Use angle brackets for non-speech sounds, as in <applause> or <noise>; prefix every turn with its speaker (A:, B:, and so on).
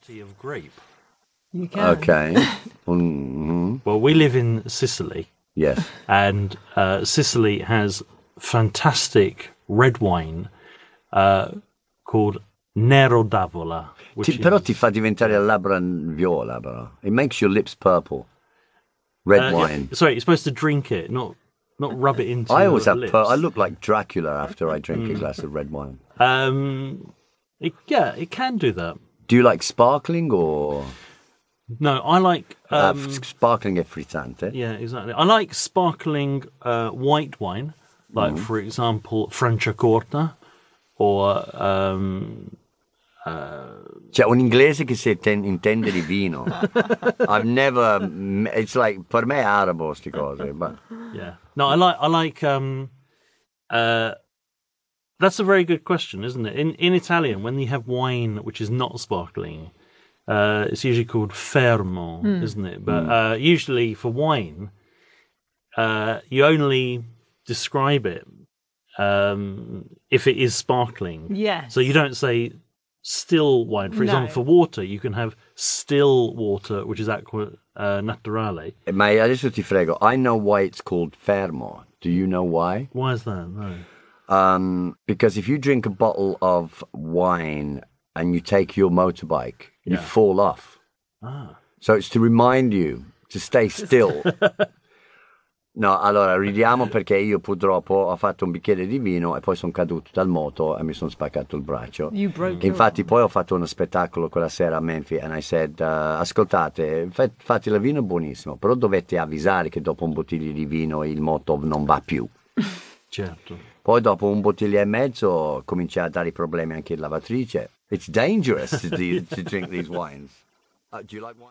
A: variety of grape.
B: You can.
C: Okay. hmm
A: Well, we live in Sicily,
C: Yes.
A: and uh, Sicily has fantastic red wine uh, called Nero d'Avola. Which
C: <laughs> Ti- però
A: is-
C: ti fa diventare la labbra viola, però. It makes your lips purple. Red
A: uh, yeah,
C: wine.
A: sorry, you're supposed to drink it, not not rub it into.
C: I always
A: your
C: have.
A: lips. Mm.
C: Pur- I look like Dracula after I drink a glass of red wine.
A: Um, it, yeah, it can do that.
C: Do you like sparkling or
A: No, I like.
C: uh,
A: Um,
C: f- sparkling e frizzante?
A: yeah, exactly. I like sparkling uh, white wine, like
C: Mm-hmm.
A: for example Franciacorta, or um,
C: C'è un inglese che si atten- intende
A: <laughs>
C: di vino. I've never. m- It's like per me è arabo sti cose, but
A: Yeah. No, I like I like um uh that's a very good question, isn't it? In in Italian, when you have wine which is not sparkling, uh it's usually called fermo,
B: Hmm.
A: isn't it? But uh usually for wine, uh you only describe it um if it is sparkling.
B: Yes.
A: So you don't say still wine. For example,
B: No.
A: for water, you can have still water, which is acqua uh, naturale.
C: ma adesso ti frego. I know why it's called fermo. Do you know why?
A: Why is that? No.
C: Um, because if you drink a bottle of wine and you take your motorbike, you
A: Yeah.
C: fall off.
A: Ah.
C: So it's to remind you to
A: <laughs>
C: stay still. No, allora ridiamo perché io purtroppo ho fatto un bicchiere di vino e poi sono caduto dal moto e mi sono spaccato il braccio.
B: You broke.
C: Che
B: your-
C: Infatti poi ho fatto uno spettacolo quella sera a Memphis and I said uh, ascoltate, fa- fate il vino buonissimo, però dovete avvisare che dopo un bottiglio di vino il moto non va più.
A: Certo.
C: Poi dopo un bottiglia e mezzo comincia a dare problemi anche in lavatrice. It's dangerous to, do- to drink these wines. Uh, do you like wine?